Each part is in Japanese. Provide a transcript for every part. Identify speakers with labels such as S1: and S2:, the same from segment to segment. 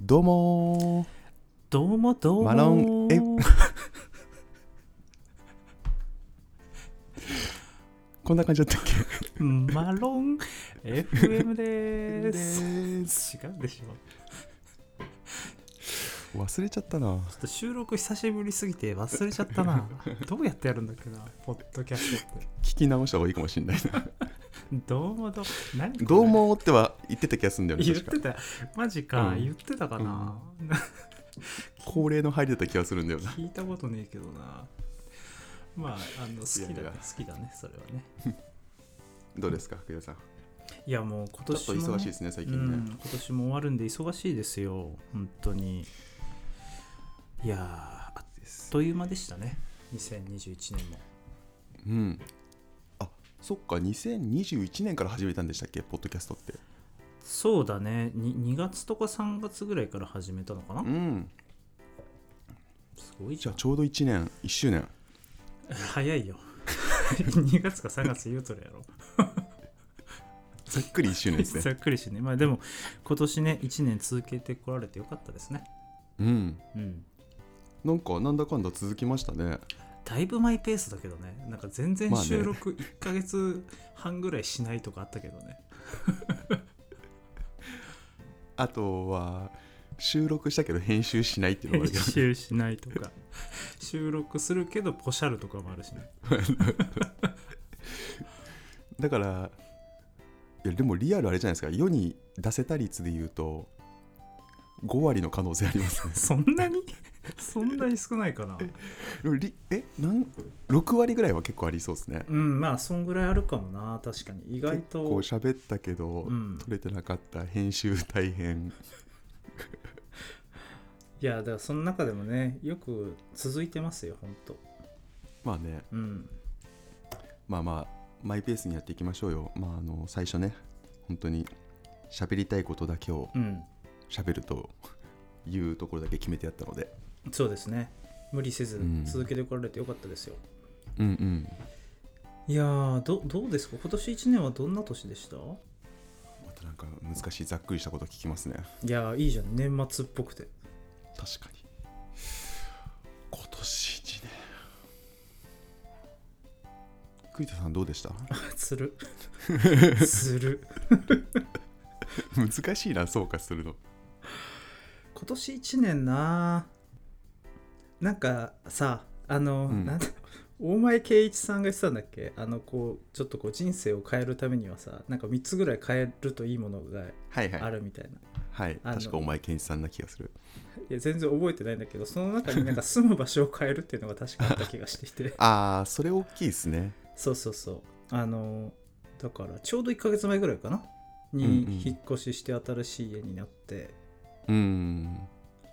S1: どうもー
S2: どうもどうも
S1: マロンえこんな感じだったっけ
S2: マロン FM で ー
S1: す
S2: す違うでしょ
S1: 忘れちゃったな
S2: ちょっと収録久しぶりすぎて忘れちゃっ たなどうやってやるんだっけなポッドキャストって
S1: 聞き直した方がいいかもし れないな
S2: どうもどうも何これ
S1: どうもーっては言ってた気がするんだよね
S2: 言っ
S1: 確
S2: て
S1: か
S2: たマジか、
S1: うん
S2: 言ってたかな、
S1: 恒例の入りだった気がするんだよな
S2: 聞いたことねえけどなまああの好きだ
S1: いやいや
S2: 好きだねそれはね
S1: どうですか福田さん
S2: いやもう今
S1: ちょっ
S2: 年
S1: と
S2: もね、
S1: 忙しいですね最
S2: う
S1: 近ね、
S2: ん、今年も終わるんで忙しいですよ本当にいやーあっ
S1: です
S2: という間でしたね2021年も
S1: うん、あそっか2021年から始めたんでしたっけポッドキャストって
S2: そうだねに 2, 月とか3月ぐらいから始めたのかな
S1: うん
S2: すごい
S1: じ
S2: じ
S1: ゃ
S2: ゃ
S1: あ
S2: ん
S1: ちょうど1年1周年
S2: 早いよ 2月か3月言うとるやろ
S1: ざっくり1周年 ですね
S2: ざっくりしてねまあでも今年ね1年続けてこられてよかったですね
S1: うん
S2: うん
S1: なんかなんだかんだ続きましたね
S2: だいぶマイペースだけどねなんか全然
S1: まあね
S2: 収録1ヶ月半ぐらいしないとかあったけどね
S1: あとは収録したけど編集しない っていうのもあ
S2: 編
S1: るけど
S2: 集しないとか収録するけどポシャるとかもあるしね
S1: だからいやでもリアルあれじゃないですか世に出せた率で言うと5割の可能性あり ますね
S2: そんなにそんなに少ないかな
S1: でもりえなん6割ぐらいは結構ありそうですね
S2: うんまあそんぐらいあるかもな確かに意外
S1: 結構
S2: と
S1: 喋ったけど、
S2: うん
S1: 撮れてなかった編集大変
S2: いやだからその中でもねよく続いてますよほんと
S1: まあね
S2: うん
S1: まあまあマイペースにやっていきましょうよまああの最初ね本当に喋りたいことだけを
S2: うん
S1: 喋るというところだけ決めてやったので
S2: そうですね無理せず
S1: うん
S2: 続けてこられてよかったですよ、
S1: うんうん
S2: いやーどどうですか今年1年はどんな年でしたい
S1: またなんか難しいざっくりしたこと聞きますね
S2: やーいいじゃん年末っぽくて
S1: 確かに今年1年栗田さんどうでした
S2: つるつる
S1: 難しいなそうかするの
S2: 今年1年なあなんかさあの、
S1: うん
S2: なんだ大前圭一さんが言ってたんだっけあのこうちょっとこう人生を変えるためにはさなんか3つぐらい変えるといいものが
S1: はいは
S2: あ
S1: い
S2: るみたいな、
S1: はい
S2: あの
S1: 確かお前健一さんな気がする
S2: い、や全然覚えてないんだけどその中になんか住む場所を変えるっていうのが確かあった気がしてい て
S1: ああそれ大きいですね
S2: そうそうそうあのだからちょうど1ヶ月前ぐらいかな
S1: うんうん
S2: に引っ越しして新しい家になって、
S1: うん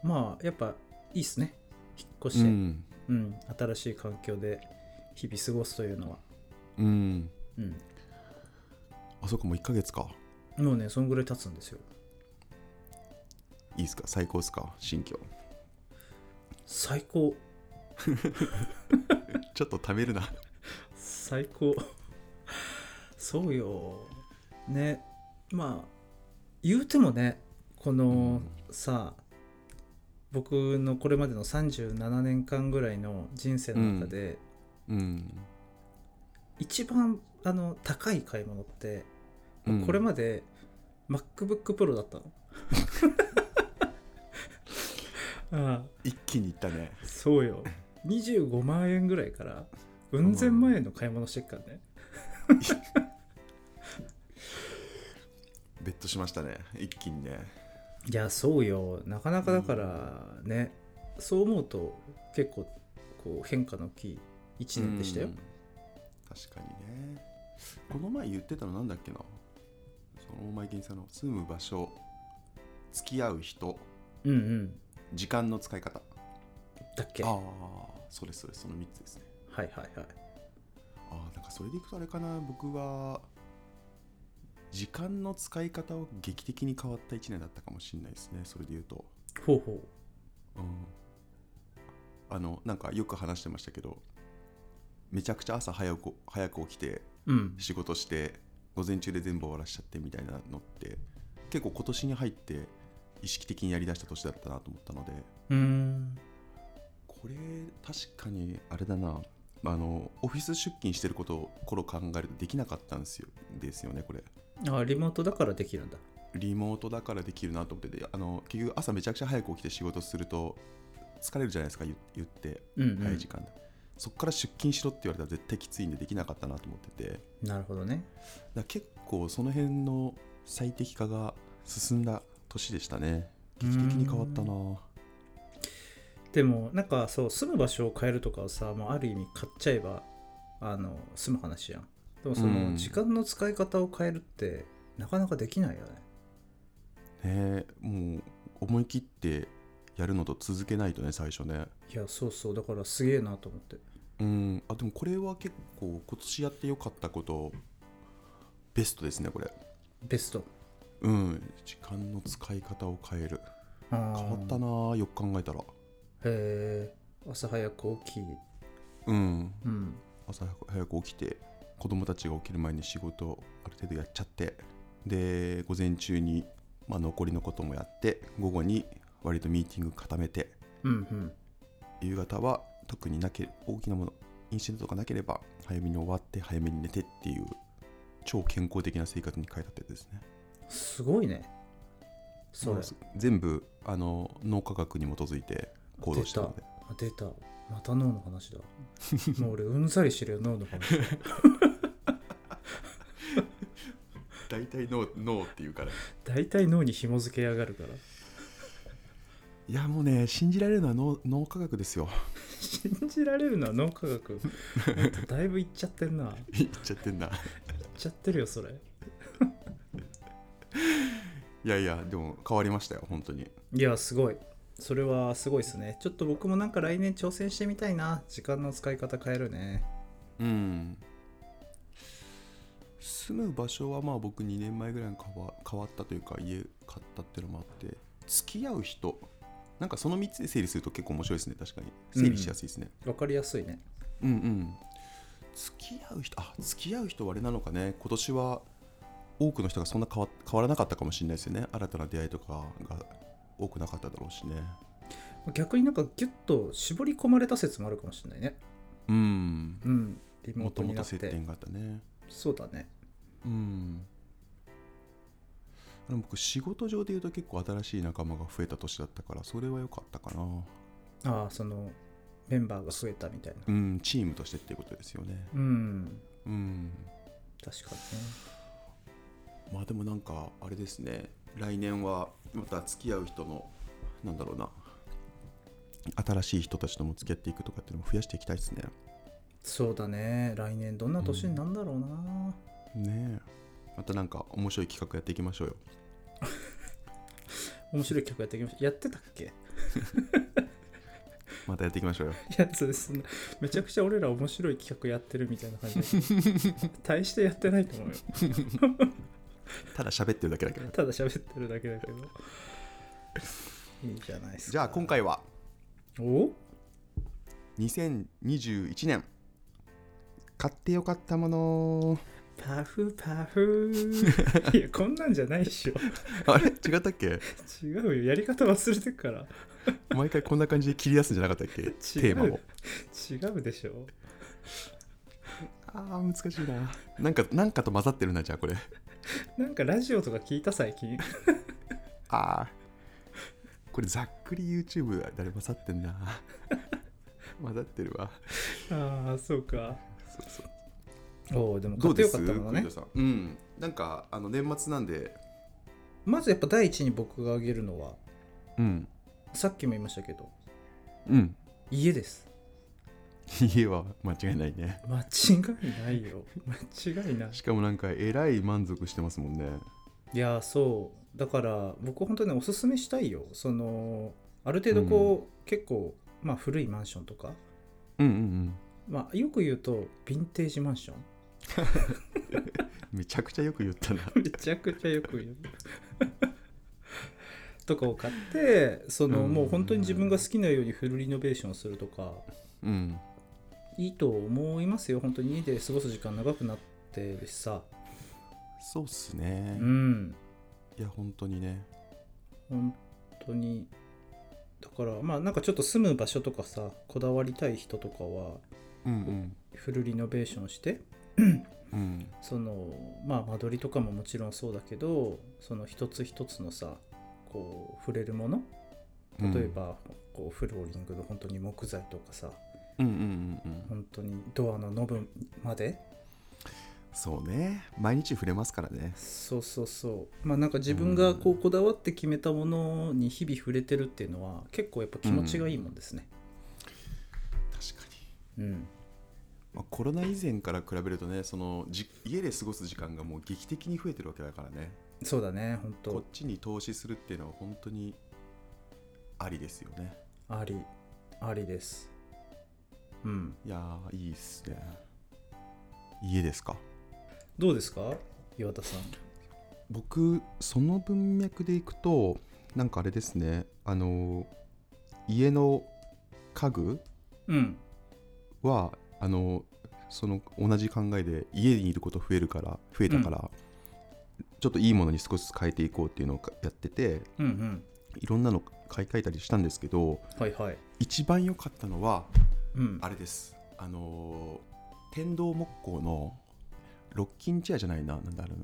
S2: まあやっぱいいっすね引っ越
S1: う
S2: して、
S1: ん
S2: うん、新しい環境で日々過ごすというのは、
S1: うん
S2: うん、
S1: あそこもう1ヶ月か
S2: もうねそんぐらい経つんですよ
S1: いいっすか最高っすか新居
S2: 最高
S1: ちょっと貯めるな
S2: 最高 そうよねまあ言うてもねこのさ僕のこれまでの37年間ぐらいの人生の中
S1: う
S2: で、
S1: ん
S2: 一番あの高い買い物って、
S1: うん
S2: これまで MacBookPro だったの ああ
S1: 一気にいったね
S2: そうよ25万円ぐらいからうん千万円の買い物してっからね、
S1: ベッドしましたね一気にね
S2: いやそうよなかなかだからね、そう思うと結構こう変化の大きい1年でしたよ
S1: うん、確かにねこの前言ってたのなんだっけなその大前健さんの住む場所付き合う人
S2: うん、うん
S1: 時間の使い方
S2: だっけ
S1: あ
S2: はい
S1: あそれそれその3つですね
S2: はいはい
S1: ああなんかそれでいくとあれかな僕は時間の使い方を劇的に変わった1年だったかもしれないですねそれで言うと、
S2: ほうほう
S1: うん、あのなんかよく話してましたけどめちゃくちゃ朝早く早く起きて
S2: うん
S1: 仕事して午前中で全部終わらしちゃってみたいなのって結構今年に入って意識的にやりだした年だったなと思ったので
S2: うん
S1: これ確かにあれだなまああのオフィス出勤してることを頃考えるとできなかったんですよですよねこれ
S2: あリモートだからできるんだ
S1: リモートだからできるなと思っててあの結局朝めちゃくちゃ早く起きて仕事すると疲れるじゃないですか言言って
S2: うん、う
S1: 早い
S2: ん
S1: 時、間で、そっから出勤しろって言われたら絶対きついんでできなかったなと思っててだか
S2: なるほどね
S1: ら結構その辺の最適化が進んだ年でしたね劇的に変わったな
S2: でもなんかそう住む場所を変えるとかはさもうある意味買っちゃえばあの住む話やんでもそうの
S1: ん
S2: 時間の使い方を変えるってなかなかできないよね
S1: ねえもう思い切ってやるのと続けないとね最初ね
S2: いやそうそうだからすげえなと思って
S1: うんあでもこれは結構今年やってよかったことベストですねこれ
S2: ベスト
S1: うん時間の使い方を変える
S2: 変
S1: 変わった
S2: へ
S1: なあよく考えたら
S2: え朝早く起き
S1: うん
S2: うん
S1: 朝早く起きて子供たちが起きる前に仕事をある程度やっちゃってで午前中に、まあ、残りのこともやって午後に割とミーティング固めて
S2: うんうん
S1: 夕方は特になけ大きなものインシデントがなければ早めに終わって早めに寝てっていう超健康的な生活に変えたってですね
S2: すごいねそ
S1: も
S2: れ
S1: う全部あの脳科学に基づいて行動したので
S2: あ出たまた脳の話だもう俺うんざりしてるよ脳の話
S1: 大体脳脳っていうから
S2: 大体脳に紐付けやがるから
S1: いやもうね信じられるのは脳脳科学ですよ
S2: 信じられるのは脳科学ほんとだいぶいっちゃってんないっ
S1: 言っちゃってんな
S2: ちゃってるよそれ
S1: いやいやでも変わりましたよ本当に
S2: いやすごいそれはすごいですねちょっと僕もなんか来年挑戦してみたいな時間の使い方変えるね
S1: うん住む場所はまあ僕2年前ぐらいに変わ変わったというか家買ったっていうのもあって付き合う人なんかその3つで整理すると結構面白いですね確かに整理しやすいですね、
S2: わかりやすいね
S1: うん、うん付き合う人あ付き合う人はあれなのかね今年は多くの人がそんな変わ変わらなかったかもしれないですよね新たな出会いとかが多くなかっただろうしね
S2: 逆になんかギュッと絞り込まれた説もあるかもしれないね
S1: うん
S2: うんリモ
S1: も
S2: ート
S1: とも
S2: にな
S1: と
S2: っ
S1: 接
S2: て
S1: 点があったね
S2: そうだね
S1: うん。でも僕、仕事上で言うと結構新しい仲間が増えた年だったから、それは良かったかな。
S2: ああそのメンバーが増えたみたいな
S1: うん、チームとしてっていうことですよね。
S2: うん
S1: うん。
S2: 確かにね
S1: まあでもなんか、あれですね、来年はまた付き合う人の、なんだろうな、新しい人たちとも付き合っていくとかっていうのも増やしていきたいですね。
S2: そうだね来年どんな年になんだろうな、
S1: ねえ。またなんか面白い企画やっていきましょうよ。
S2: 面白い曲やってきましたやってたっけい
S1: またやっていきましょうよ。
S2: やそうですそんなめちゃくちゃ俺ら面白い企画やってるみたいな感じだけど大してやってないと思うよ
S1: ただ喋ってるだけだけど。
S2: ただ喋ってるだけだけどいいじゃないですか
S1: じゃあ今回は
S2: お
S1: 2021年買ってよかったもの
S2: パフパフいやこんなんじゃないっしょ
S1: あれ違ったっけ
S2: 違うよやり方忘れてっから
S1: 毎回こんな感じで切り出すんじゃなかったっ けテーマを
S2: 違うでしょ
S1: あー難しいななんかなんかと混ざってるなじゃあこれ
S2: なんかラジオとか聞いた 最近
S1: あーこれざっくり YouTube だ誰混ざってんな 混ざってるわ
S2: ああそうか
S1: そうそう
S2: おおでも
S1: ど
S2: 買
S1: う
S2: っ
S1: で
S2: てよ
S1: す
S2: かったものね
S1: 栗田さんうんなんかあの年末なんで
S2: まずやっぱ第一に僕が挙げるのは
S1: うん
S2: さっきも言いましたけど
S1: うん
S2: 家です
S1: 家は間違いないね
S2: 間違いない よ間違いない
S1: しかもなんかえらい満足してますもんね
S2: いやーそうだから僕本当におすすめしたいよそのある程度こう、結構まあ古いマンションとか
S1: うんうんうん
S2: まあよく言うとヴィンテージマンション
S1: めちゃくちゃよく言ったな
S2: めちゃくちゃよく言う とかを買ってその、
S1: うん
S2: もう本当に自分が好きなようにフルリノベーションするとか
S1: うん
S2: いいと思いますよ本当に家で過ごす時間長くなってるしさ
S1: そうっすね、
S2: うん
S1: いや本当にね
S2: 本当にだからまあなんかちょっと住む場所とかさこだわりたい人とかは
S1: うん
S2: フルリノベーションして
S1: うんうん
S2: そのまあ間取りとかももちろんそうだけどその一つ一つのさこう触れるもの
S1: うん
S2: 例えば、こうフローリングの本当に木材とかさ
S1: うんうんうんうん
S2: 本当にドアのノブまで
S1: そうね毎日触れますからね
S2: そうそうそうまあなんか自分がこうこだわって決めたものに日々触れてるっていうのは結構やっぱ気持ちがいいもんですね
S1: 確かに、
S2: うん、
S1: まあ、コロナ以前から比べるとねそのじ家で過ごす時間がもう劇的に増えてるわけだからね
S2: そうだね本
S1: こっ
S2: 当
S1: ちに投資するっていうのは本当にありですよね
S2: ありありですうん
S1: いやーいいっすね家ですか
S2: どうですか岩田さん
S1: 僕その文脈でいくとなんかあれですねあの家の家具
S2: うん
S1: はあのその同じ考えで家にいること増えるから増えたから、ちょっといいものに少しずつ変えていこうっていうのをやってて
S2: うんうん
S1: いろんなの買い替えたりしたんですけど
S2: はいはい
S1: 一番良かったのは
S2: うん
S1: あれですあのー天童木工のロッキンチェアじゃないななんだろ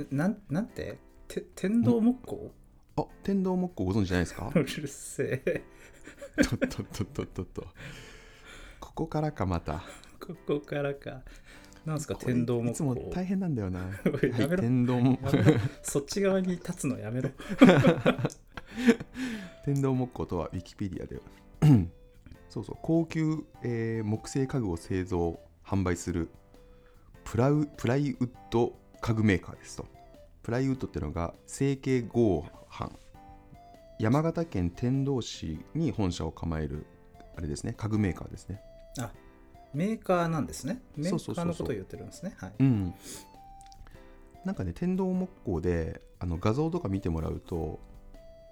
S1: うな
S2: なんなんてて天童木工
S1: あ天童木工ご存知じゃないです か
S2: うるせえ
S1: とっとっとっとっとっとここからかまた
S2: ここからか。なんですか、
S1: これ
S2: 天童
S1: いつも
S2: 木工。
S1: 大変なんだよなは
S2: おいやめ
S1: い
S2: ろ
S1: 天童木
S2: やめろ そっち側に立つのやめろ。
S1: 天童木工とはウィキペディアでそうそう高級、えー木製家具を製造販売するプラウプライウッド家具メーカーですとプライウッドっていうのが成形合板山形県天童市に本社を構えるあれですね家具メーカーですね
S2: あメーカーなんですね。メ
S1: そうそ
S2: ー
S1: うそうそう
S2: カーのことを言ってるんですね。はい。
S1: うんなんかね天童木工であの画像とか見てもらうと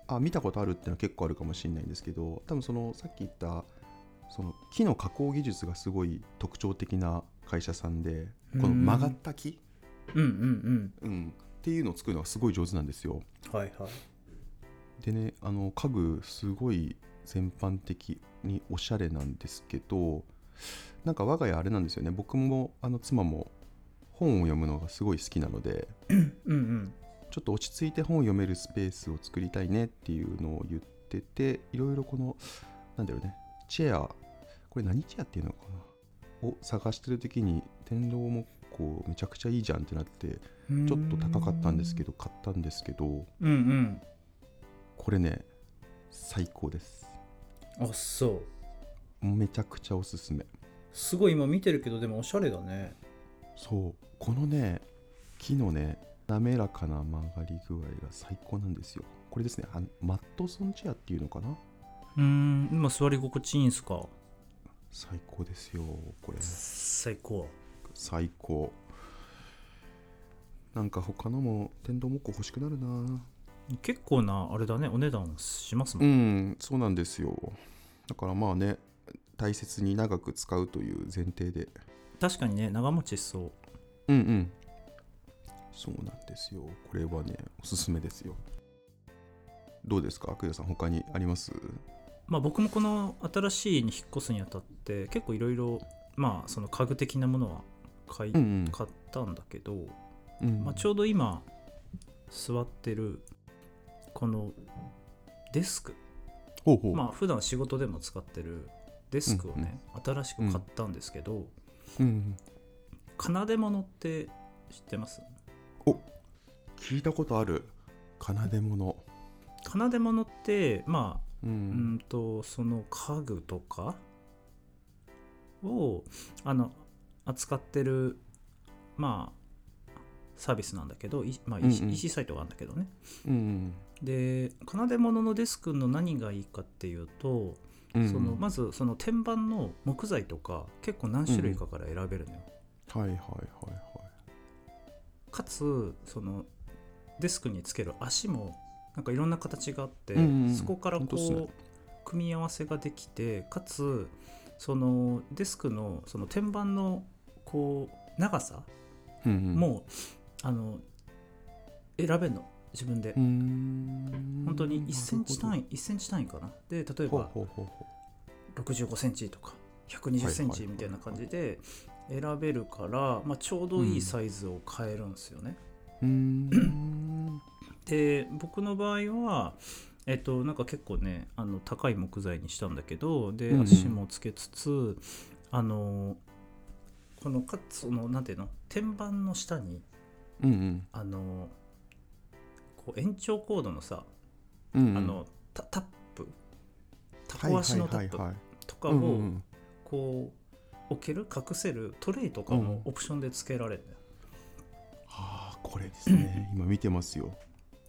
S1: あ見たことあるってのは結構あるかもしれないんですけど多分そのさっき言ったその木の加工技術がすごい特徴的な会社さんでこの
S2: うん
S1: 曲がった木、
S2: うんうん
S1: うん、っていうのを作るのがすごい上手なんですよ
S2: うん。はいはい。
S1: でねあの家具すごい全般的におしゃれなんですけどなんか我が家あれなんですよね僕もあの妻も本を読むのがすごい好きなので
S2: うんうん。
S1: ちょっと落ち着いて本を読めるスペースを作りたいねっていうのを言ってていろいろこのなんだろうねチェアこれ何チェアっていうのかなを探してる時に天童木工めちゃくちゃいいじゃんってなって
S2: うーん
S1: ちょっと高かったんですけ。ど買ったんですけど
S2: うん
S1: これね最高です
S2: うん。あそう。
S1: めちゃくちゃおすすめ
S2: すごい今見てるけど、でもおしゃれだね。
S1: そうこのね木のね滑らかな曲がり具合が最高なんですよこれですねあのマットソンチェアっていうのかな
S2: うーん、今座り心地いいんすか。
S1: 最高ですよこれ
S2: 最高。
S1: 最高なんか他のも天童木工欲しくなるな
S2: 結構な、あれだね、お値段します。
S1: うんんそうなんですよだからまあね大切に長く使うという前提で
S2: 確かにね、長持ちしそう。
S1: うんうんそうなんですよこれはねおすすめですよどうですか久田さん他にあります
S2: まあ、僕もこの新しいに引っ越すにあたって結構いろいろまあその家具的なものは買い、
S1: ん
S2: 買ったんだけど、
S1: うん、うん
S2: まあ、ちょうど今座ってるこのデスク
S1: ほうほう、
S2: まあ普段仕事でも使ってるデスクをね、新しく買ったんですけど、
S1: うん、
S2: 奏で物って知ってます
S1: 聞いたことある奏で物
S2: 奏で物ってまあ
S1: う
S2: うんんとその家具とかをあの扱ってるまあサービスなんだけど、いまあ、
S1: うんうん
S2: EC サイトがあるんだけどね、
S1: うん
S2: で奏で物のデスクの何がいいかっていうと、
S1: うん
S2: そのまずその天板の木材とか結構何種類かから選べるのよ、
S1: はいはいはい
S2: かつそのデスクにつける足もなんかいろんな形があって、
S1: うんうん
S2: そこからこ
S1: 本当っす
S2: う、
S1: ね
S2: 組み合わせができてかつそのデスクのその天板のこう長さ
S1: はい、うんうん、
S2: も、あの選べるの自分で
S1: うーん
S2: 本当に1センチ単
S1: 位
S2: 位1センチ単位かなで例え
S1: ほう
S2: ば
S1: ほうほうほ
S2: 65センチとか
S1: はいは
S2: 120
S1: い
S2: センチみたいな感じで選べるから、まあ、ちょうどいいサイズを変えるんですよね、
S1: ううーん
S2: で僕の場合はえっとなんか結構ねあの高い木材にしたんだけどで
S1: うんうん
S2: 足もつけつつ、あのこのかそのなんていうの天板の下に
S1: うんうん
S2: あのこう延長コードのさ、
S1: うんうん
S2: あのタタップタコ足のタップ
S1: はいはいはいはい
S2: とか
S1: うんうん
S2: を
S1: うん
S2: こう置ける隠せるトレイとか
S1: うん
S2: もオプションで付けられるんだよ、
S1: ああこれですね今見てますよ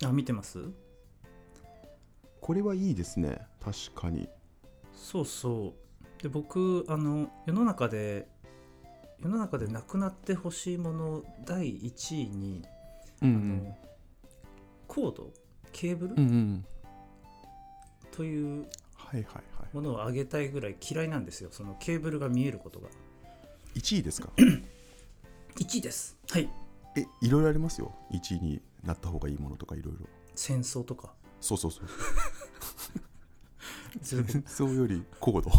S2: あ見てます
S1: これはいいですね確かに
S2: そうそうで僕あの世の中で世の中でなくなってほしいもの第1位に、
S1: うん
S2: あのコードケーブル、
S1: うんうんうん
S2: という
S1: はいはいは
S2: ものをあげたいぐらい嫌いなんですよそのケーブルが見えることが
S1: い1位です か
S2: 1位ですはい
S1: えいろいろありますよ1位になった方がいいものとかいろいろ
S2: 戦争とか
S1: そうそう そう
S2: それ
S1: 戦争より高度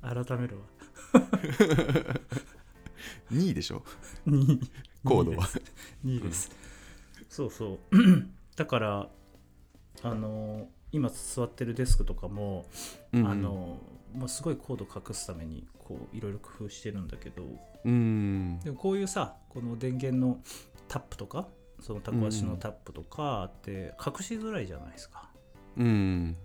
S2: 改 めるわ
S1: 2位でしょ
S2: 2位
S1: 高度は
S2: 2位です、そうそう だからあの今座ってるデスクとかも、
S1: うんうん
S2: あのまあ、すごいコード隠すためにこういろいろ工夫してるんだけど
S1: うん
S2: でもこういうさこの電源のタップとかそのタコ足のタップとかって隠しづらいじゃないですか
S1: うん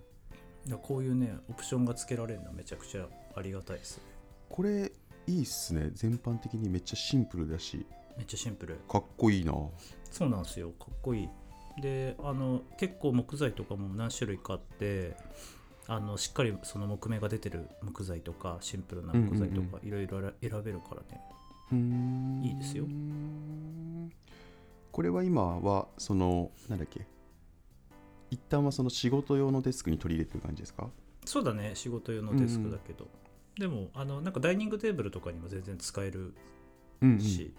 S2: だからこういうねオプションが付けられるのはめちゃくちゃありがたいです
S1: これいいっすね全般的にめっちゃシンプルだし
S2: めっちゃシンプル
S1: かっこいいな
S2: そうなんですよかっこいいであの結構木材とかも何種類かあってあのしっかりその木目が出てる木材とかシンプルな木材
S1: う
S2: と
S1: んうん
S2: かいろいろ選べるからね
S1: うん
S2: いいですよ
S1: これは今はそのなんだっけ一旦はその仕事用のデスクに取り入れてる感じですか
S2: そうだね仕事用のデスクだけど、でもあのなんかダイニングテーブルとかにも全然使える
S1: うん、うん、
S2: し、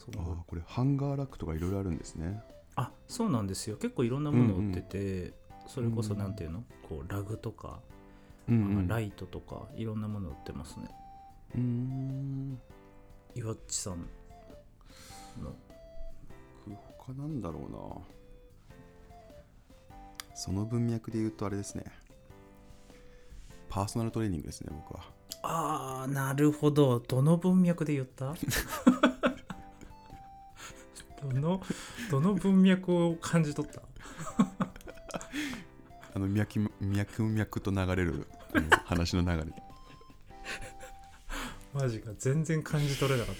S1: あ
S2: そう
S1: あこれハンガーラックとかいろいろあるんですね
S2: あそうなんですよ結構いろんなもの
S1: うんうん
S2: 売ってて、それこそなんていうのこうラグとか、
S1: うん
S2: まあラ
S1: イ
S2: イトとかいろんなもの売ってますね
S1: うん
S2: 岩っちさんの
S1: 他なんだろうなその文脈で言うとあれですねパーソナルトレーニングですね僕は
S2: あーなるほどどの文脈で言った どのどの文脈を感じ取った
S1: あの脈脈々と流れ るあの話の流れ
S2: マジか全然感じ取れなかっ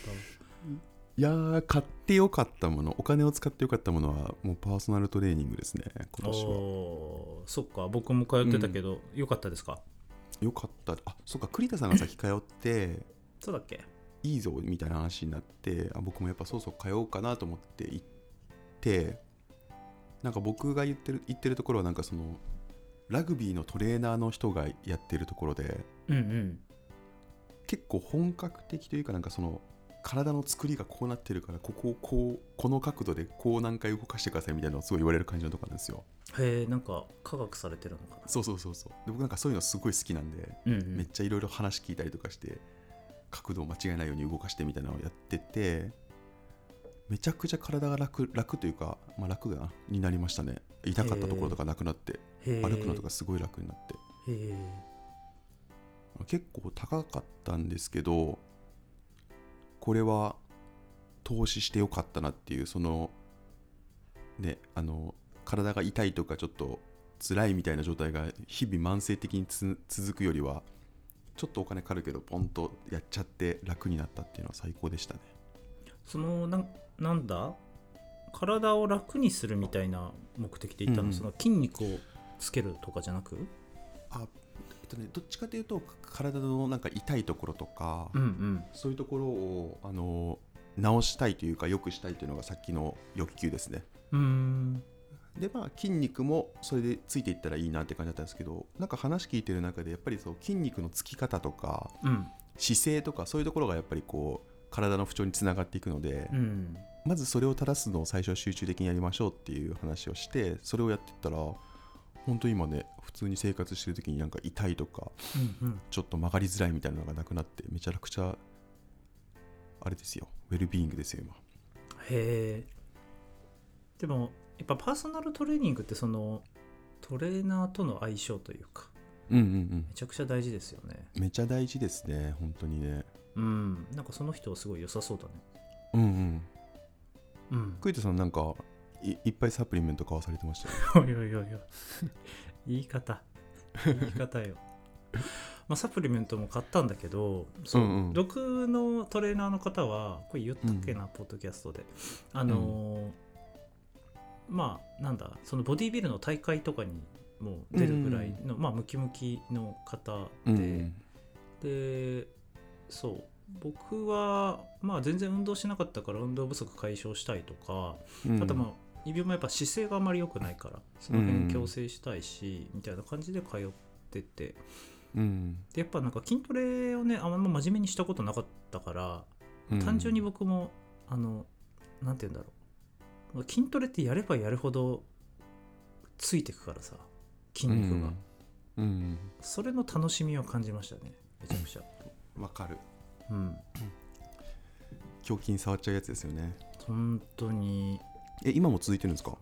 S1: いやー買ってよかったものお金を使ってよかったものはもうパーソナルトレーニングですね
S2: た
S1: 今
S2: わ
S1: 年は
S2: おーそっか僕も通ってたけど、よかったですか
S1: よかったあそっか栗田さんが先通って
S2: そうだっけ
S1: いいぞみたいな話になってあ僕もやっぱそうそう通おうかなと思って行ってなんか僕が言ってる言ってるところはなんかそのラグビーのトレーナーの人がやってるところで
S2: うんうん
S1: 結構本格的というかなんかその体の作りがこうなってるからここをこうこの角度でこう何回動かしてくださいみたいなのをすごい言われる感じのとこなんですよ
S2: へえんか科学されてるのかな
S1: そうそうそうそうで僕なんかそういうのすごい好きなんで
S2: うん
S1: めっちゃいろいろ話聞いたりとかして角度を間違えないように動かしてみたいなのをやっててめちゃくちゃ体が楽楽というか、まあ、楽だなになりましたね痛かったところとかなくなって
S2: うん
S1: 歩くのとかすごい楽になって
S2: へえ
S1: 結構高かったんですけどこれは投資してよかったなっていうそのねあの体が痛いとかちょっと辛いみたいな状態が日々慢性的につ続くよりはちょっとお金かかるけどポンとやっちゃって楽になったっていうのは最高でしたね
S2: そのなんなんだ体を楽にするみたいな目的で言ったの、
S1: うんうん
S2: その筋肉をつけるとかじゃなく
S1: あえっとねどっちかというと体のなんか痛いところとか、
S2: んうん
S1: そういうところをあの直したいというか良くしたいというのがさっきの欲求ですね
S2: うーん
S1: でまあ筋肉もそれでついていったらいいなって感じだったんですけどなんか話聞いてる中でやっぱりそう筋肉のつき方とか
S2: うん
S1: 姿勢とかそういうところがやっぱりこう体の不調につながっていくので、
S2: うん
S1: まずそれを垂らすのを最初は集中的にやりましょうっていう話をしてそれをやってったら本当今ね普通に生活してる時になんか痛いとか
S2: うんうん
S1: ちょっと曲がりづらいみたいなのがなくなってめちゃくちゃあれですよウェルビーイングですよ今
S2: へえでもやっぱパーソナルトレーニングってそのトレーナーとの相性というか
S1: うんうん
S2: めちゃくちゃ大事ですよね
S1: うんめちゃ大事ですね本当にね
S2: うんなんかその人はすごい良さそうだね
S1: うんうん
S2: うん
S1: クイトさんなんかいいっぱいサプリメント買わされてましたよね
S2: おいおい おいおい言い方言い方よまあサプリメントも買ったんだけどそう、
S1: うんうん
S2: 僕のトレーナーの方はこれ言ったっけな、ポッドキャストであのーまあなんだそのボディービルの大会とかにも出るぐらいの、まあムキムキの方
S1: う
S2: で、
S1: ん
S2: でそう僕はまあ全然運動しなかったから運動不足解消したいとか、
S1: うん
S2: あとまあ指もやっぱ姿勢があまり良くないからその辺矯正したいし、みたいな感じで通ってて
S1: うん
S2: でやっぱなんか筋トレをねあんま真面目にしたことなかったから、
S1: うん
S2: 単純に僕もあのなんて言うんだろう筋トレってやればやるほどついてくからさ筋肉が、
S1: うんうん
S2: それの楽しみを感じましたねめちゃくちゃ
S1: わかる
S2: うん
S1: 胸筋触っちゃうやつですよね
S2: 本当に
S1: え今も続いてるんですか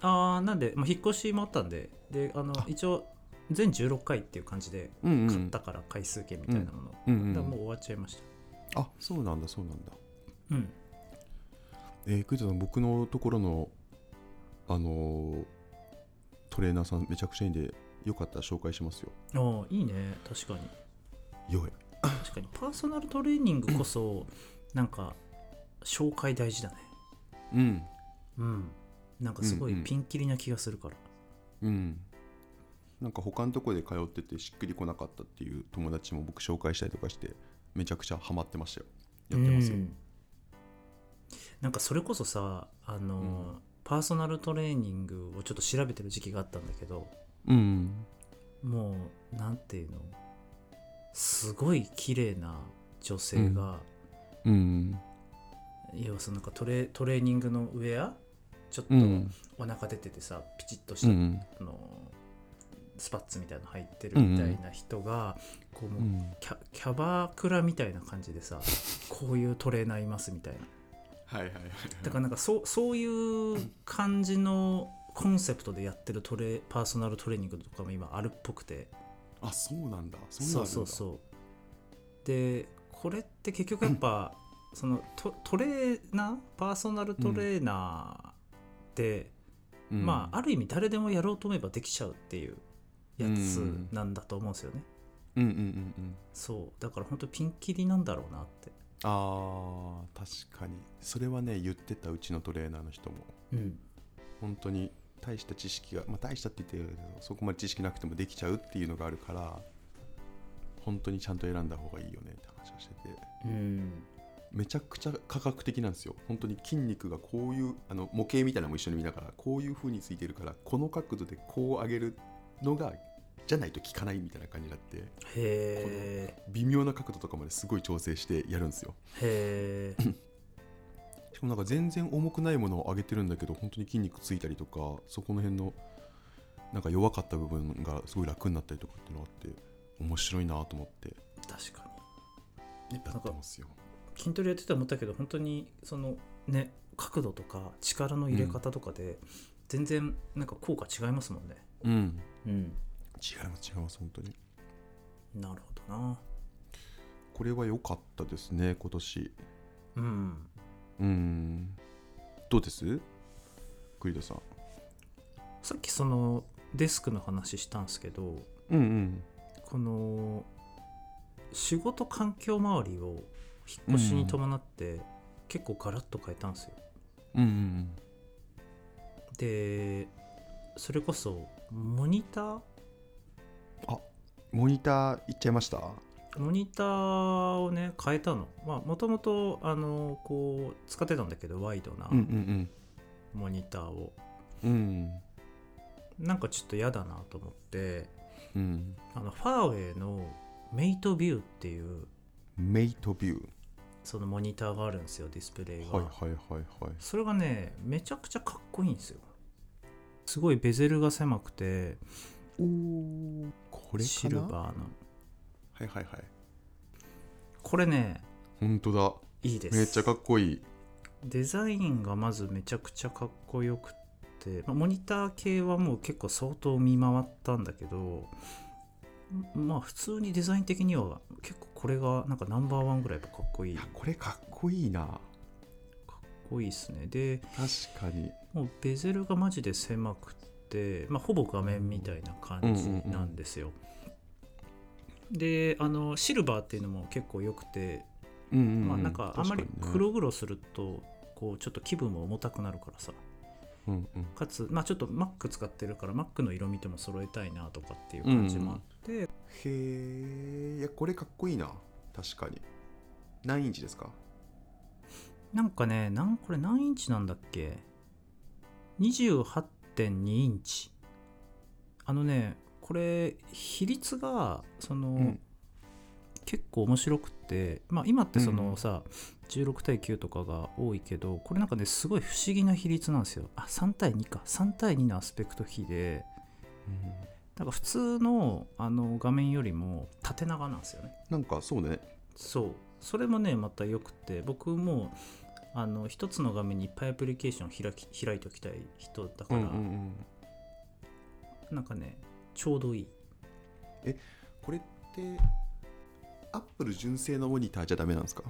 S2: ああなんで、まあ、引っ越しもあったんでであの
S1: あ
S2: 一応全16回っていう感じで
S1: うんうん
S2: 買ったから回数券みたいなもの、
S1: うんうん
S2: だからもう終わっちゃいました
S1: あそうなんだそうなんだ
S2: うん
S1: えー、クイズさん僕のところのあのートレーナーさんめちゃくちゃいいんでよかったら紹介しますよ
S2: ああいいね確かに
S1: よい
S2: 確かにパーソナルトレーニングこそなんか紹介大事だね
S1: うん
S2: うんなんかすご
S1: うんう
S2: い
S1: ん
S2: ピンキリな気がするから、
S1: うんなんか他のところで通っててしっくりこなかったっていう友達も僕紹介したりとかしてめちゃくちゃハマってましたよやってますよ
S2: うんなんかそれこそさあの、
S1: うん
S2: パーソナルトレーニングをちょっと調べてる時期があったんだけど
S1: うん
S2: もうなんていうのすごい綺麗な女性が、
S1: うん
S2: 要はそのなんかトレトレーニングのウェアちょっと
S1: うん
S2: お腹出ててさピチッとし
S1: う
S2: た、
S1: ん
S2: あのスパッツみたいなの入ってるみたいな人が、こう
S1: う
S2: もうんキャキャバクラみたいな感じでさこういうトレーナーいますみたいな
S1: はいはいはい
S2: だからなんかそうそういう感じのコンセプトでやってるトレパーソナルトレーニングとかも今あるっぽくて
S1: あそうなんだそんな
S2: そ
S1: んあるんだ
S2: うそうそうでこれって結局やっぱ、そのトトレーナーパーソナルトレーナーって、
S1: う、ん、
S2: まあある意味誰でもやろうと思えばできちゃうっていうやつなんだと思うんですよね、
S1: うんうんうんうん
S2: そうだから本当ピンキリなんだろうなって
S1: あー確かにそれはね言ってたうちのトレーナーの人も
S2: うん
S1: 本当に大した知識がまあ大したって言ってるけどそこまで知識なくてもできちゃうっていうのがあるから本当にちゃんと選んだ方がいいよねって話をしてて
S2: うん
S1: めちゃくちゃ科学的なんですよ本当に筋肉がこういうあの模型みたいなのも一緒に見ながらこういう風についてるからこの角度でこう上げるのがじゃないと効かないみたいな感じになって
S2: へえ
S1: 微妙な角度とかまですごい調整してやるんですよ
S2: へえ
S1: しかもなんか全然重くないものを上げてるんだけど本当に筋肉ついたりとかそこの辺のなんか弱かった部分がすごい楽になったりとかっていうのがあって面白いなと思って
S2: 確か
S1: や
S2: にやっぱな
S1: っ
S2: ん
S1: て
S2: か
S1: ますよ。
S2: 筋トレやってて思ったけど本当にそのね角度とか力の入れ方とかで全然なんか効果違いますもんね
S1: うん
S2: う
S1: 違
S2: ん
S1: います違います本当に
S2: なるほどな
S1: これは良かったですね今年
S2: うん
S1: うんどうです栗田さん
S2: さっきそのデスクの話したんですけど
S1: うんうん
S2: この仕事環境周りを引っ越しに伴って結構ガラッと変えたんですよ、
S1: うんうん
S2: でそれこそモニター
S1: モニターいっちゃいました
S2: モニターをね変えたのまあもともとあのこう使ってたんだけどワイドな
S1: うん
S2: モニターを、
S1: うんうん
S2: なんかちょっと嫌だなと思って
S1: うん
S2: あのファーウェイのメイトビューっていう
S1: メイトビュー
S2: そのモニターがあるんですよディスプレイが、
S1: はいはいはいはい
S2: それがねめちゃくちゃかっこいいんですよすごいベゼルが狭くて
S1: おおこれ
S2: シ
S1: か
S2: ル
S1: な
S2: バーの
S1: はいはいはい
S2: これね
S1: 本当だ
S2: いいです
S1: めっちゃかっこいい
S2: デザインがまずめちゃくちゃかっこよくって、まあモニター系はもう結構相当見回ったんだけどんまあ普通にデザイン的には結構これがなんかナンバーワンぐらいやっぱかっこい
S1: い
S2: い
S1: や
S2: かっ
S1: これかっこいいな
S2: こいいですねで
S1: 確かに
S2: もうベゼルがマジで狭くって、まあ、ほぼ画面みたいな感じなんですよ、であのシルバーっていうのも結構良くて、
S1: うんうんう、
S2: まあ、なんかあんまり
S1: 確かにね
S2: 黒々するとこうちょっと気分も重たくなるからさ
S1: うんうん
S2: かつ、まあ、ちょっと Mac 使ってるから Mac の色味とも揃えたいなとかっていう感じもあって、
S1: へえいやこれかっこいいな確かに何インチですか
S2: なんかねなんこれ何インチなんだっけ28.2インチあのねこれ比率がその、
S1: うん
S2: 結構面白くて、まあ、今ってそ
S1: うん
S2: のさ、16対9とかが多いけどこれなんかねすごい不思議な比率なんですよあ3対2か3対2のアスペクト比でなんか普通のあの画面よりも縦長なんですよね
S1: なんかそうね
S2: そうそれもねまたよくて僕もあの一つの画面にいっぱいアプリケーション開き開いておきたい人だから、
S1: ん
S2: なんかねちょうどいい
S1: これってアップル純正のモニターじゃダメなんですか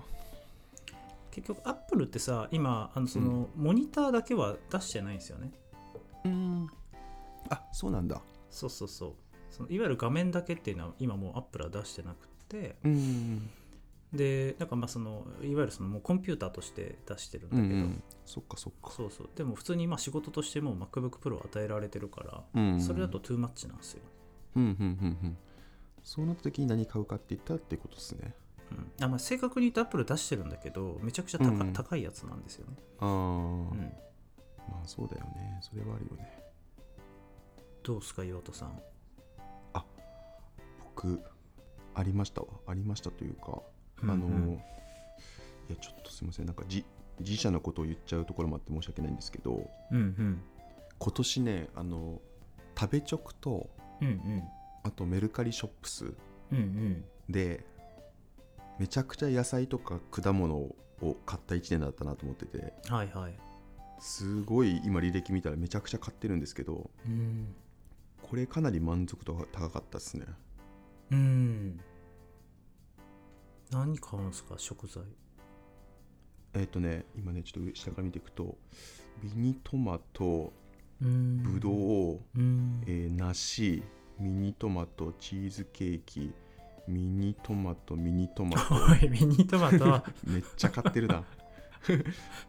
S2: 結局アップルってさ今あのその、モニターだけは出してないんですよね
S1: うんあそうなんだ
S2: そうそうそうそのいわゆる画面だけっていうのは今もうアップルは出してなくて
S1: うん
S2: でなんかまあそのいわゆるそのもうコンピューターとして出してるんだ
S1: うんう
S2: けど、
S1: んそっかそっか
S2: そうそうでも普通にまあ仕事としてもう MacBookPro を与えられてるから、
S1: うん
S2: それだとトゥーマッチなんですよ
S1: うんうんうんうんそうなった時に何買うかって言ったらってことですね
S2: うんあまあ、正確に言うとアップル出してるんだけどめちゃくちゃ高,、
S1: うんうん
S2: 高いやつなんですよね、
S1: ああ、
S2: うん、
S1: まあそうだよねそれはあるよね
S2: どうですか岩田さん
S1: 僕ありましたわありましたというかあの、
S2: うんうん
S1: いやちょっとすいませんなんかじ自社のことを言っちゃうところもあって申し訳ないんですけど
S2: うん
S1: 今年ねあの食べチョクと
S2: うんうん
S1: あとメルカリショップス
S2: うんうん
S1: でめちゃくちゃ野菜とか果物を買った1年だったなと思ってて
S2: はいはい
S1: すごい今履歴見たらめちゃくちゃ買ってるんですけど
S2: うん
S1: これかなり満足度が高かったですね
S2: うん何買うんですか食材
S1: えっ、とね今ねちょっと上下から見ていくとミニトマト
S2: うん
S1: ぶどう、
S2: うん
S1: えー梨ミニトマトチーズケーキミニトマトミニトマト
S2: おいミニトマト は
S1: めっちゃ買ってるな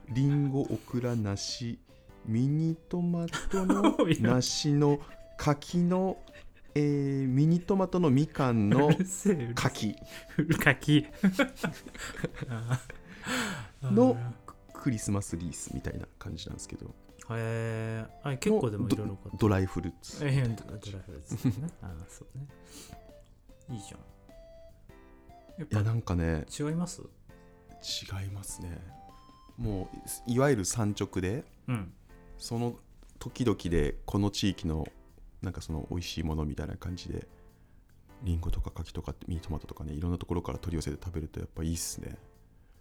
S1: リンゴオクラ梨ミニトマトの
S2: おい
S1: 梨の柿の、えーミニトマトのみかん
S2: う
S1: の
S2: るせえうるせ
S1: 柿
S2: えうるかきあー
S1: の
S2: あ
S1: クリスマスリースみたいな感じなんですけど
S2: ーえー、あ結構でもいろいろ買った
S1: ドドライフルーツ
S2: ええドライフルーツね。ああ、そうね。いいじゃん。
S1: いや
S2: やっ
S1: なんかね
S2: ぱ違います
S1: 違いますねもういわゆる産直で
S2: うん。
S1: その時々でこの地域のなんかその美味しいものみたいな感じでリンゴとか柿とかミニトマトとかねいろんなところから取り寄せて食べるとやっぱいいっすね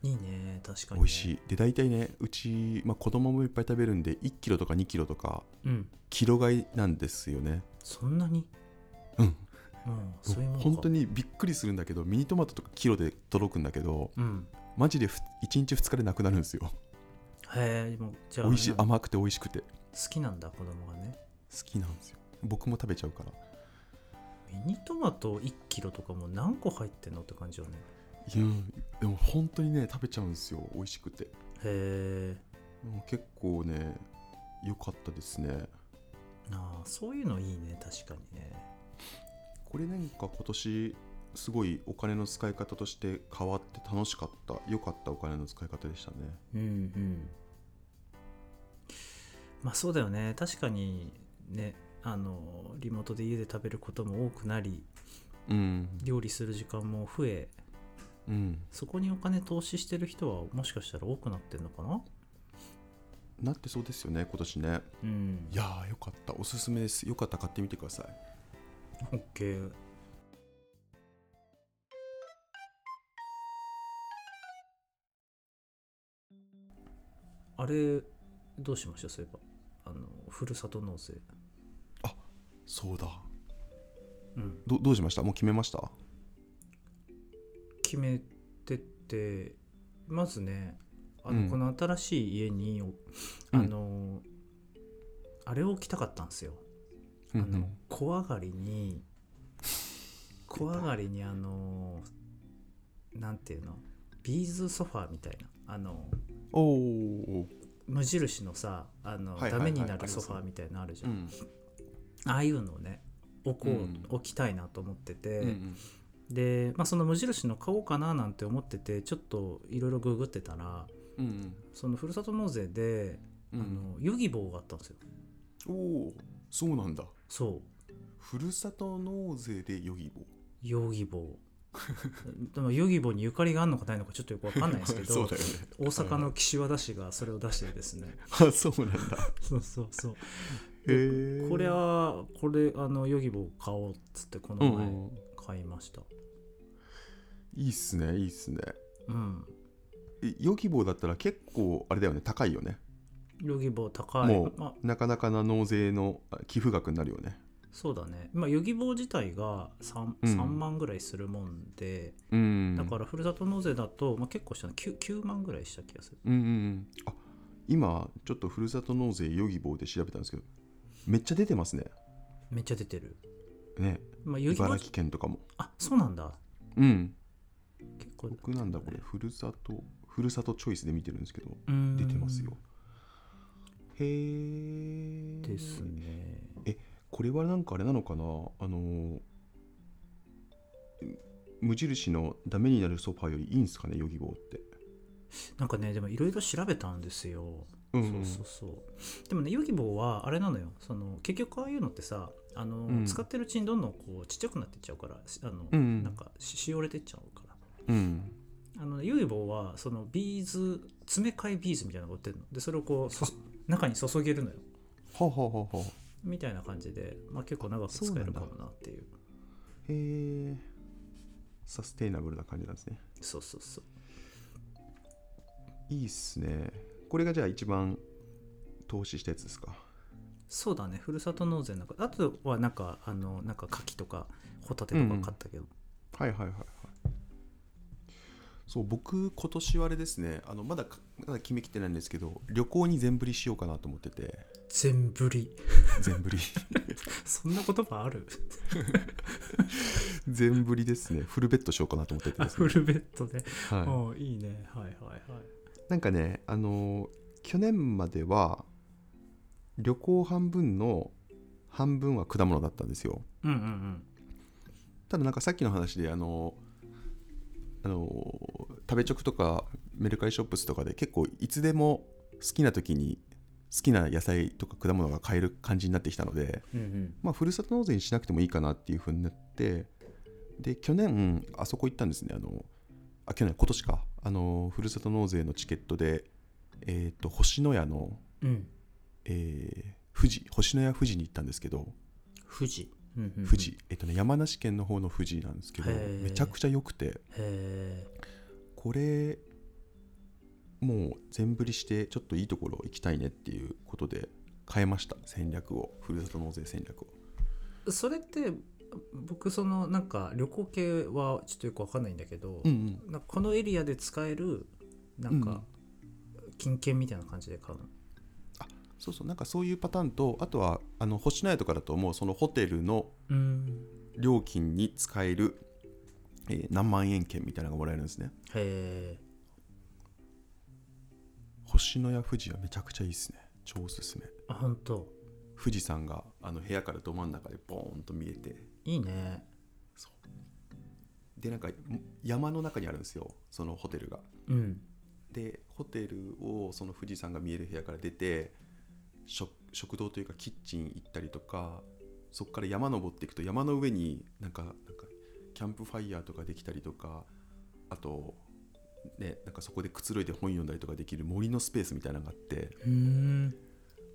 S2: いいね、確かに、
S1: 美
S2: ね。
S1: 味し
S2: い。
S1: いで大体ねうち、まあ、子供もいっぱい食べるんで1キロとか2キロとか
S2: うん。
S1: キロ買いなんですよね
S2: そんなに
S1: うん。
S2: うん、そういうもんか。
S1: 本当
S2: に。
S1: にびっくりするんだけどミニトマトとかキロで届くんだけど
S2: うん。
S1: マジで1日2日でなくなるんですよ
S2: へえ、でもじゃあ、
S1: 美味しい
S2: あ
S1: 甘くて美味しくて好
S2: 好きなんだ、子供がね。
S1: きなんですよ僕も食べちゃうから
S2: ミニトマト1キロとかもう何個入ってんのって感じよね。
S1: いやでも本当にね食べちゃうんですよ美味しくて
S2: へえ。
S1: もう結構ね良かったですね
S2: ああ、そういうのいいね、確かにね。
S1: これなんか今年すごいお金の使い方として変わって楽しかった良かったお金の使い方でしたね
S2: うんうんまあそうだよね確かにねあのリモートで家で食べることも多くなり
S1: うん
S2: 料理する時間も増え
S1: うん、
S2: そこにお金投資してる人はもしかしたら多くなってんのかな
S1: なってそうですよね今年ね
S2: うん
S1: いやーよかったおすすめですよかったら買ってみてください
S2: OK あれどうしましたそういえばあのふるさと納税
S1: そうだ
S2: うん
S1: どどうしましたもう決めました
S2: 決めてってまずねあの、
S1: うん
S2: この新しい家に
S1: うん
S2: あの、あれを置きたかったんですよ
S1: う
S2: あの小上がりに小上がりにあのなんていうのビーズソファーみたいなあの
S1: おお
S2: 無印のさあの、
S1: はいはいはい
S2: ダメにな
S1: ありま
S2: る
S1: す
S2: ソファーみたいなのあるじゃ、
S1: うんん
S2: ああいうのをね置こう、
S1: うん
S2: 置きたいなと思ってて、
S1: うん
S2: で、まあ、その無印の買おうかななんて思っててちょっといろいろググってたら
S1: うん
S2: そのふるさと納税で、
S1: うん
S2: あのヨギボーがあったんですよ
S1: おおそうなんだ
S2: そう
S1: ふるさと納税でヨギボー
S2: ヨギボー でもヨギボーにゆかりがあるのかないのかちょっとよくわかんないですけど
S1: そうだよね
S2: 大阪の岸和田市がそれを出してですね
S1: あそうなんだ
S2: そうそうそう
S1: へえ
S2: これはこれあのヨギボー買おうっつってこ
S1: う
S2: の
S1: ん、
S2: 前買いました
S1: いいっすねいいっすね
S2: うん
S1: えヨギボーだったら結構あれだよね高いよね
S2: ヨギボー高い
S1: もう
S2: まあ
S1: なかなかな納税のあ寄付額になるよね
S2: そうだねまあヨギボー自体が 3,
S1: うん
S2: 3万ぐらいするもんで、
S1: うん
S2: だからふるさと納税だと、まあ、結構したの 9, 9万ぐらいした気がする
S1: うんうんうんあ今ちょっとふるさと納税ヨギボーで調べたんですけどめっちゃ出てますね
S2: めっちゃ出てる
S1: ね
S2: まあヨギボ
S1: 茨
S2: ー
S1: 城県とかも
S2: あそうなんだ
S1: うん
S2: 結構
S1: 僕なんだこれふるさとふるさとチョイスで見てるんですけど
S2: うん
S1: 出てますよへえ
S2: ですね
S1: これはなんかあれなのかなあのー無印のダメになるソファーよりいいんですかねヨギボーって
S2: なんかねでもいろいろ調べたんですよ
S1: うん
S2: そうそうそうでもねヨギボーはあれなのよその結局ああいうのってさあの、
S1: ん
S2: 使ってるうちにどんどんこうちっちゃくなっていっちゃうからしあの、
S1: うんうん
S2: なんかししおれてっちゃうから
S1: うん
S2: あのねヨギボーはそのビーズ詰め替えビーズみたいなのが売ってるのでそれをこうそ中に注げるのよ
S1: はあはあはあはあ
S2: みたいな感じで、まあ、結構長く使えるかもなっていう
S1: へえサステイナブルな感じなんですね
S2: そうそうそう
S1: いいっすねこれがじゃあ一番投資したやつですか
S2: そうだねふるさと納税の中あとはなんかあのなんか牡蠣とかホタテとか買ったけど、
S1: はいはいはいはいそう僕今年はあれですねあのまだかまだ決めきってないんですけど旅行に全振りしようかなと思ってて
S2: 全振り
S1: 全振り
S2: そんな言葉ある
S1: 全振りですねフルベッドしようかなと思ってて
S2: あ
S1: ですね
S2: フルベッドで、
S1: はい、
S2: おういいねはいはいはい
S1: なんかねあのー去年までは旅行半分の半分は果物だったんですよ
S2: うんうんうん
S1: ただなんかさっきの話であのあの食べチョクとかメルカリショップスとかで結構いつでも好きな時に好きな野菜とか果物が買える感じになってきたので、
S2: うんうん
S1: まあ、ふるさと納税にしなくてもいいかなっていう風になってで去年あそこ行ったんですねあのあ去年今年かあのふるさと納税のチケットで、えー、と星のやの、
S2: うん
S1: えー富士星のや富士に行ったんですけど、
S2: 富士、うんうんうん
S1: 富士、えっとね、山梨県の方の富士なんですけど
S2: へー
S1: めちゃくちゃ良くて
S2: へ
S1: これもう全振りしてちょっといいところ行きたいねっていうことで変えました戦略をふるさと納税戦略を
S2: えそれって僕そのなんか旅行系はちょっとよくわかんないんだけど、
S1: うん
S2: なんかこのエリアで使えるなんか金券みたいな感じで買うの、
S1: そうそうなんかそういうパターンとあとはあの星のやとかだともうそのホテルの
S2: うん、
S1: 料金に使える、えー何万円券みたいなのがもらえるんですね
S2: へえ
S1: 星のや富士はめちゃくちゃいいですね超おすすめ
S2: あ本当
S1: 富士山があの部屋からど真ん中でボーンと見えて
S2: いいね
S1: でなんかん山の中にあるんですよそのホテルが
S2: うん
S1: でホテルをその富士山が見える部屋から出て食食堂というかキッチン行ったりとかそこから山登っていくと山の上になんかなんかキャンプファイヤーとかできたりとかあと、ね、なんかそこでくつろいで本読んだりとかできる森のスペースみたいなのがあって
S2: うん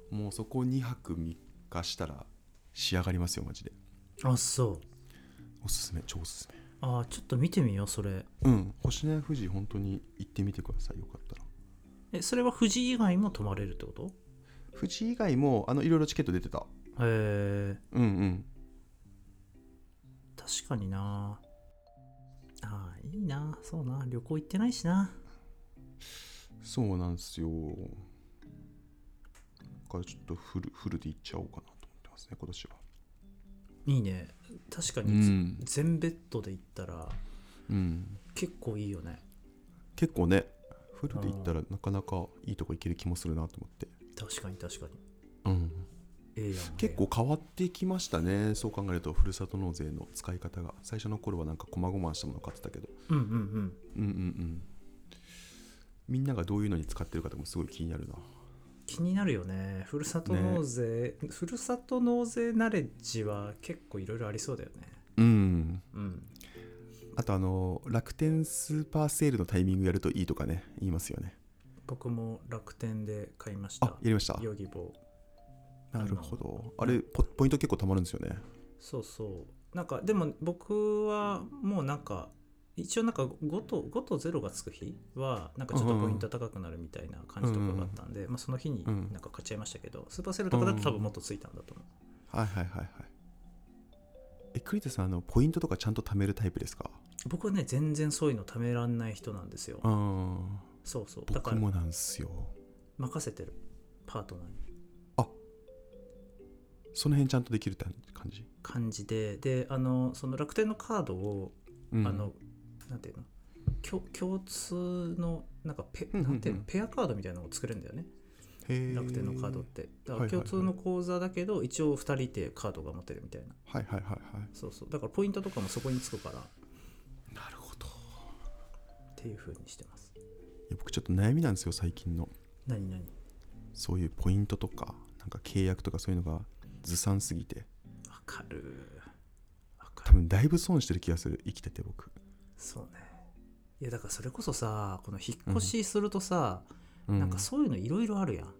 S1: もうそこ2泊3日したら仕上がりますよマジで
S2: あそう
S1: おすすめ超おすす
S2: あちょっと見てみようそれ
S1: めうん星のや富士本当に行ってみてくださいよかったら
S2: えそれは富士以外も泊まれるってこと
S1: 富士以外もあのいろいろチケット出てた
S2: へえ
S1: うんうん
S2: 確かになあーいいなそうな旅行行ってないしな
S1: そうなんですよだからちょっとフルフルで行っちゃおうかなと思ってますね今年は、
S2: いいね確か
S1: う
S2: に、
S1: ん
S2: 全ベッドで行ったら
S1: うん、
S2: 結構いいよね
S1: 結構ねフルで行ったらなかなかいいとこ行ける気もするなと思って、
S2: 確かに確かに
S1: うん、
S2: ええやん
S1: 結構変わってきましたねそう考えるとふるさと納税の使い方が最初の頃はなんか細々したもの買ってたけど
S2: うんうんうん
S1: うんうんうんみんながどういうのに使ってるかとかもすごい気になるな
S2: 気になるよねふるさと納税、ふるさと納税ナレッジは結構いろいろありそうだよね
S1: うん
S2: うん
S1: あとあの楽天スーパーセールのタイミングやるといいとかね言いますよね
S2: 僕も楽天で買いまし
S1: あ
S2: た
S1: やりました
S2: ヨギボー
S1: なるほどあれポポイント結構たまるんですよね
S2: そうそうなんかでも僕はもうなんか一応なんか5と5と0がつく日はなんかちょっとポイント高くなるみたいな感じとかがあったんで、まあ、その日に
S1: うん
S2: なんか買っちゃいましたけど、スーパーセールとかだと多分もっとついたんだと思う、
S1: はいはいはいはいえ栗田さんあのポイントとかちゃんと貯めるタイプですか
S2: 僕はね全然そういうのためらんない人なんですよ
S1: うん
S2: そうそうだか
S1: 僕
S2: ら
S1: もなんすよ
S2: 任せてるパートナーに
S1: その辺ちゃんとできるって感じ、
S2: 感じでであのその楽天のカードを、
S1: うん
S2: あのなんていうの共共通のなんかペ
S1: うんうんうん
S2: なんていうのペアカードみたいなのを作れるんだよね
S1: へー
S2: 楽天のカードってだか
S1: はい
S2: ら
S1: はい
S2: 共
S1: はい
S2: 通の口座だけど一応2人でカードが持てるみたいな
S1: はいはいはいはい
S2: そうそうだからポイントとかもそこにつくからっ
S1: なるほど
S2: ていう風にしてます
S1: いや僕ちょっと悩みなんですよ最近の
S2: 何何
S1: そういうポイントとかなんか契約とかそういうのがずさんすぎて
S2: わかるわか
S1: 多
S2: る
S1: 分だいぶ損してる気がする生きてて僕、
S2: そうねいやだからそれこそさこの引っ越しするとさ、なんかそういうのいろいろあるやん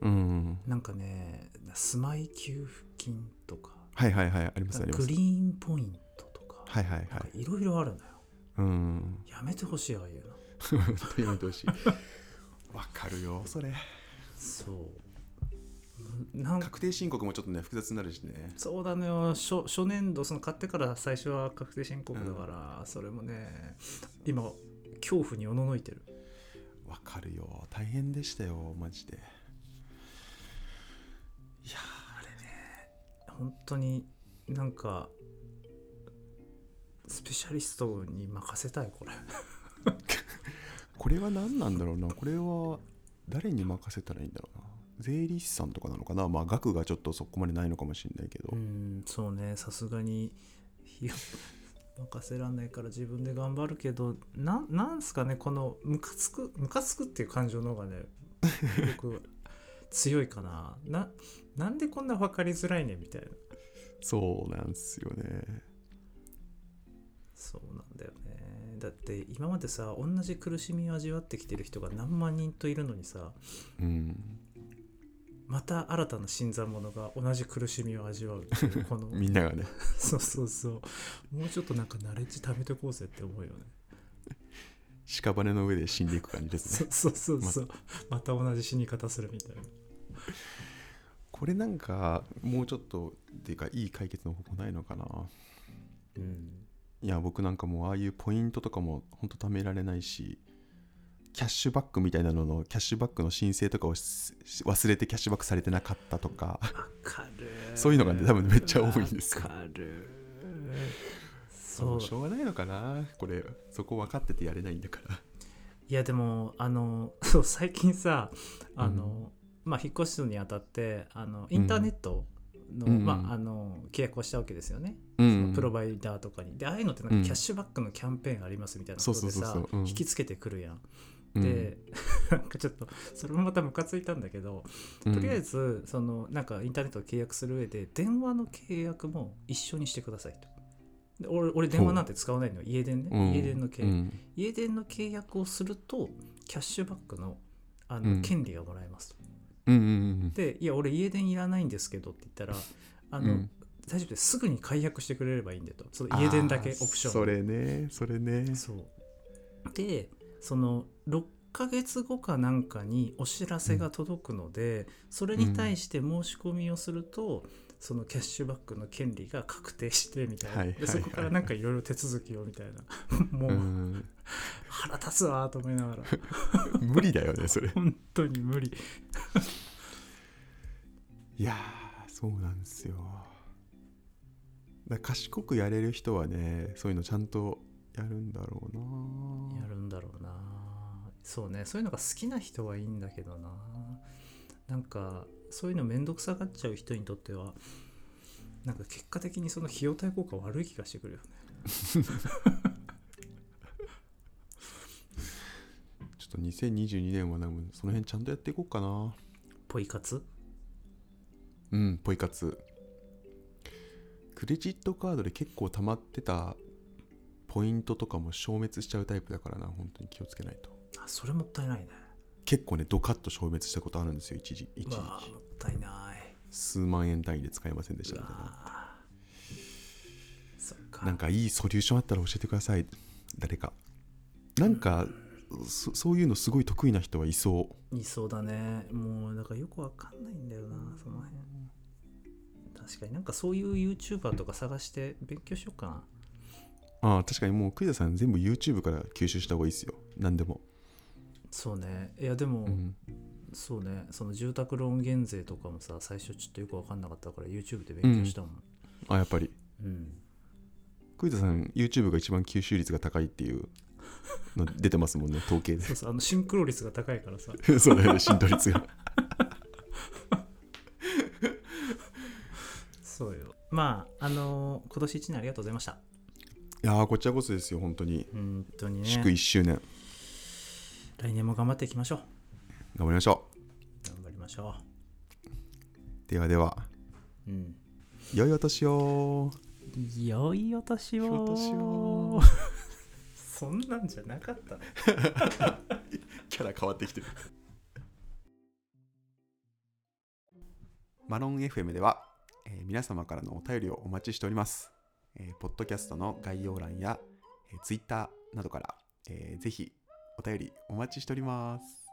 S1: うん、うん、
S2: なんかね住まい給付金とか
S1: はいはいはいありますありま
S2: グ
S1: す
S2: リーンポイントとか
S1: はいはいはい
S2: なんかいろいろあるのよ
S1: うん
S2: やめてほしいああいうの
S1: 本当にやめて ほしいわかるよそれ
S2: そうなんか
S1: 確定申告もちょっとね複雑になるしね
S2: そうだね初初年度その買ってから最初は確定申告だから、それもね今恐怖におののいてる
S1: わかるよ大変でしたよマジで
S2: 本当になんかスペシャリストに任せたいこれ
S1: これは何なんだろうなこれは誰に任せたらいいんだろうな税理士さんとかなのかなまあ額がちょっとそこまでないのかもしれないけど、
S2: うんそうねさすがにいや 任せらんないから自分で頑張るけどななんすかねこのムカつくムカつくっていう感情の方がね僕強いかなななんでこんな分かりづらいねみたいな
S1: そうなんすよね
S2: そうなんだよねだって今までさ同じ苦しみを味わってきてる人が何万人といるのにさ
S1: うん
S2: また新たな新参者が同じ苦しみを味わうっていうこ の
S1: みんながね
S2: そうそうそうもうちょっとなんかナレッジ貯めてこうぜって思うよね
S1: 屍の上で死んでいく感じです
S2: そ
S1: ね
S2: うそうそうそうまた同じ死に方するみたいな
S1: これなんかもうちょっとっていうかいい解決の方法ないのかな
S2: うん
S1: いや僕なんかもうああいうポイントとかも本当貯められないしキャッシュバックみたいなののキャッシュバックの申請とかをしし忘れてキャッシュバックされてなかったとか
S2: わかる
S1: そういうのがね多分めっちゃ多いんですよ
S2: わかるそう
S1: しょうがないのかなこれそこ分かっててやれないんだから
S2: いやでもあの そう最近さあの、まあ引っ越すにあたってあのインターネットの,、
S1: うん
S2: まあ、あの契約をしたわけですよね、
S1: う
S2: そのプロ
S1: バ
S2: バイダーとかにでああいうのってなん
S1: う
S2: か
S1: ん
S2: キャッシュバックのキャンペーンありますみたいなこと
S1: そう
S2: で
S1: そうそう
S2: さ
S1: そううん
S2: 引きつけてくるやん、
S1: イ
S2: で なんかちょっとそれもまたムカついたんだけど、とりあえずそのなんかインターネットを契約する上で電話の契約も一緒にしてくださいとで俺俺電話なんて使わないの家電ね、
S1: うん
S2: 家電の契
S1: う
S2: 約、
S1: ん
S2: 家電の契約をするとキャッシュバックのあ
S1: うん
S2: の権利がもらえますと、
S1: うんうん
S2: でいや俺家電いらないんですけどって言ったらあ
S1: う
S2: の、
S1: んうん
S2: 大丈夫ですすぐに解約してくれればいいんでとその家電だけオ
S1: あー
S2: プション
S1: それねそれね
S2: そうでその6ヶ月後かなんかにお知らせが届くので、それに対して申し込みをすると、そのキャッシュバックの権利が確定してみたいな、
S1: はいはいはい
S2: でそこからなんかいろいろ手続きをみたい なもう、
S1: うん
S2: 腹立つわーと思いながら
S1: 無理だよねそれ
S2: 本当に無理
S1: いやーそうなんですよだから賢くやれる人はねそういうのちゃんとやるんだろうな
S2: やるんだろうなそうねそういうのが好きな人はいいんだけどななんかそういうの面倒くさがっちゃう人にとってはなんか結果的にその費用対効果悪い気がしてくるよね
S1: ちょっと2022年はなんかその辺ちゃんとやっていこうかな
S2: ポイ活
S1: うんポイ活クレジットカードで結構貯まってたポイントとかも消滅しちゃうタイプだからな本当に気をつけないと
S2: あそれもったいないね
S1: 結構ねドカッと消滅したことあるんですよ一時一
S2: う
S1: 時
S2: わーもったいない
S1: 数万円単位で使えませんでし
S2: う
S1: たみたいな
S2: わーそっか
S1: なんかいいソリューションあったら教えてください誰かなんかそそういうのすごい得意な人はいそう
S2: いそうだねもうだからよくわかんないんだよなその辺確かになんかそういう YouTuber とか探して勉強しようかな
S1: ああ確かにもう栗田さん全部 YouTube から吸収した方がいいですよ何でも、
S2: そうねいやでも、
S1: うん、
S2: そうねその住宅ローン減税とかもさ最初ちょっとよく分かんなかったから YouTube で勉強したもん、
S1: あやっぱり
S2: うん
S1: 栗田さん YouTube が一番吸収率が高いっていうの出てますもんね統計
S2: そうそうあのシンクロ率が高いからさ
S1: でそうだよね浸透率 が
S2: そうよまああのー今年1年ありがとうございました
S1: いやーこちらこそですよ本当に
S2: 本当に
S1: 祝
S2: ね
S1: 1周年
S2: 来年も頑張っていきましょう
S1: 頑張りましょ
S2: 頑張りましょ
S1: うではでは
S2: ううん
S1: 良いお年を
S2: 良いお年を
S1: 良いお年を
S2: そんなんじゃなかった
S1: キャラ変わってきてるマロン FM では、えー皆様からのお便りをお待ちしております、えーポッドキャストの概要欄や、えー、Twitter などから、えーぜひお便りお待ちしております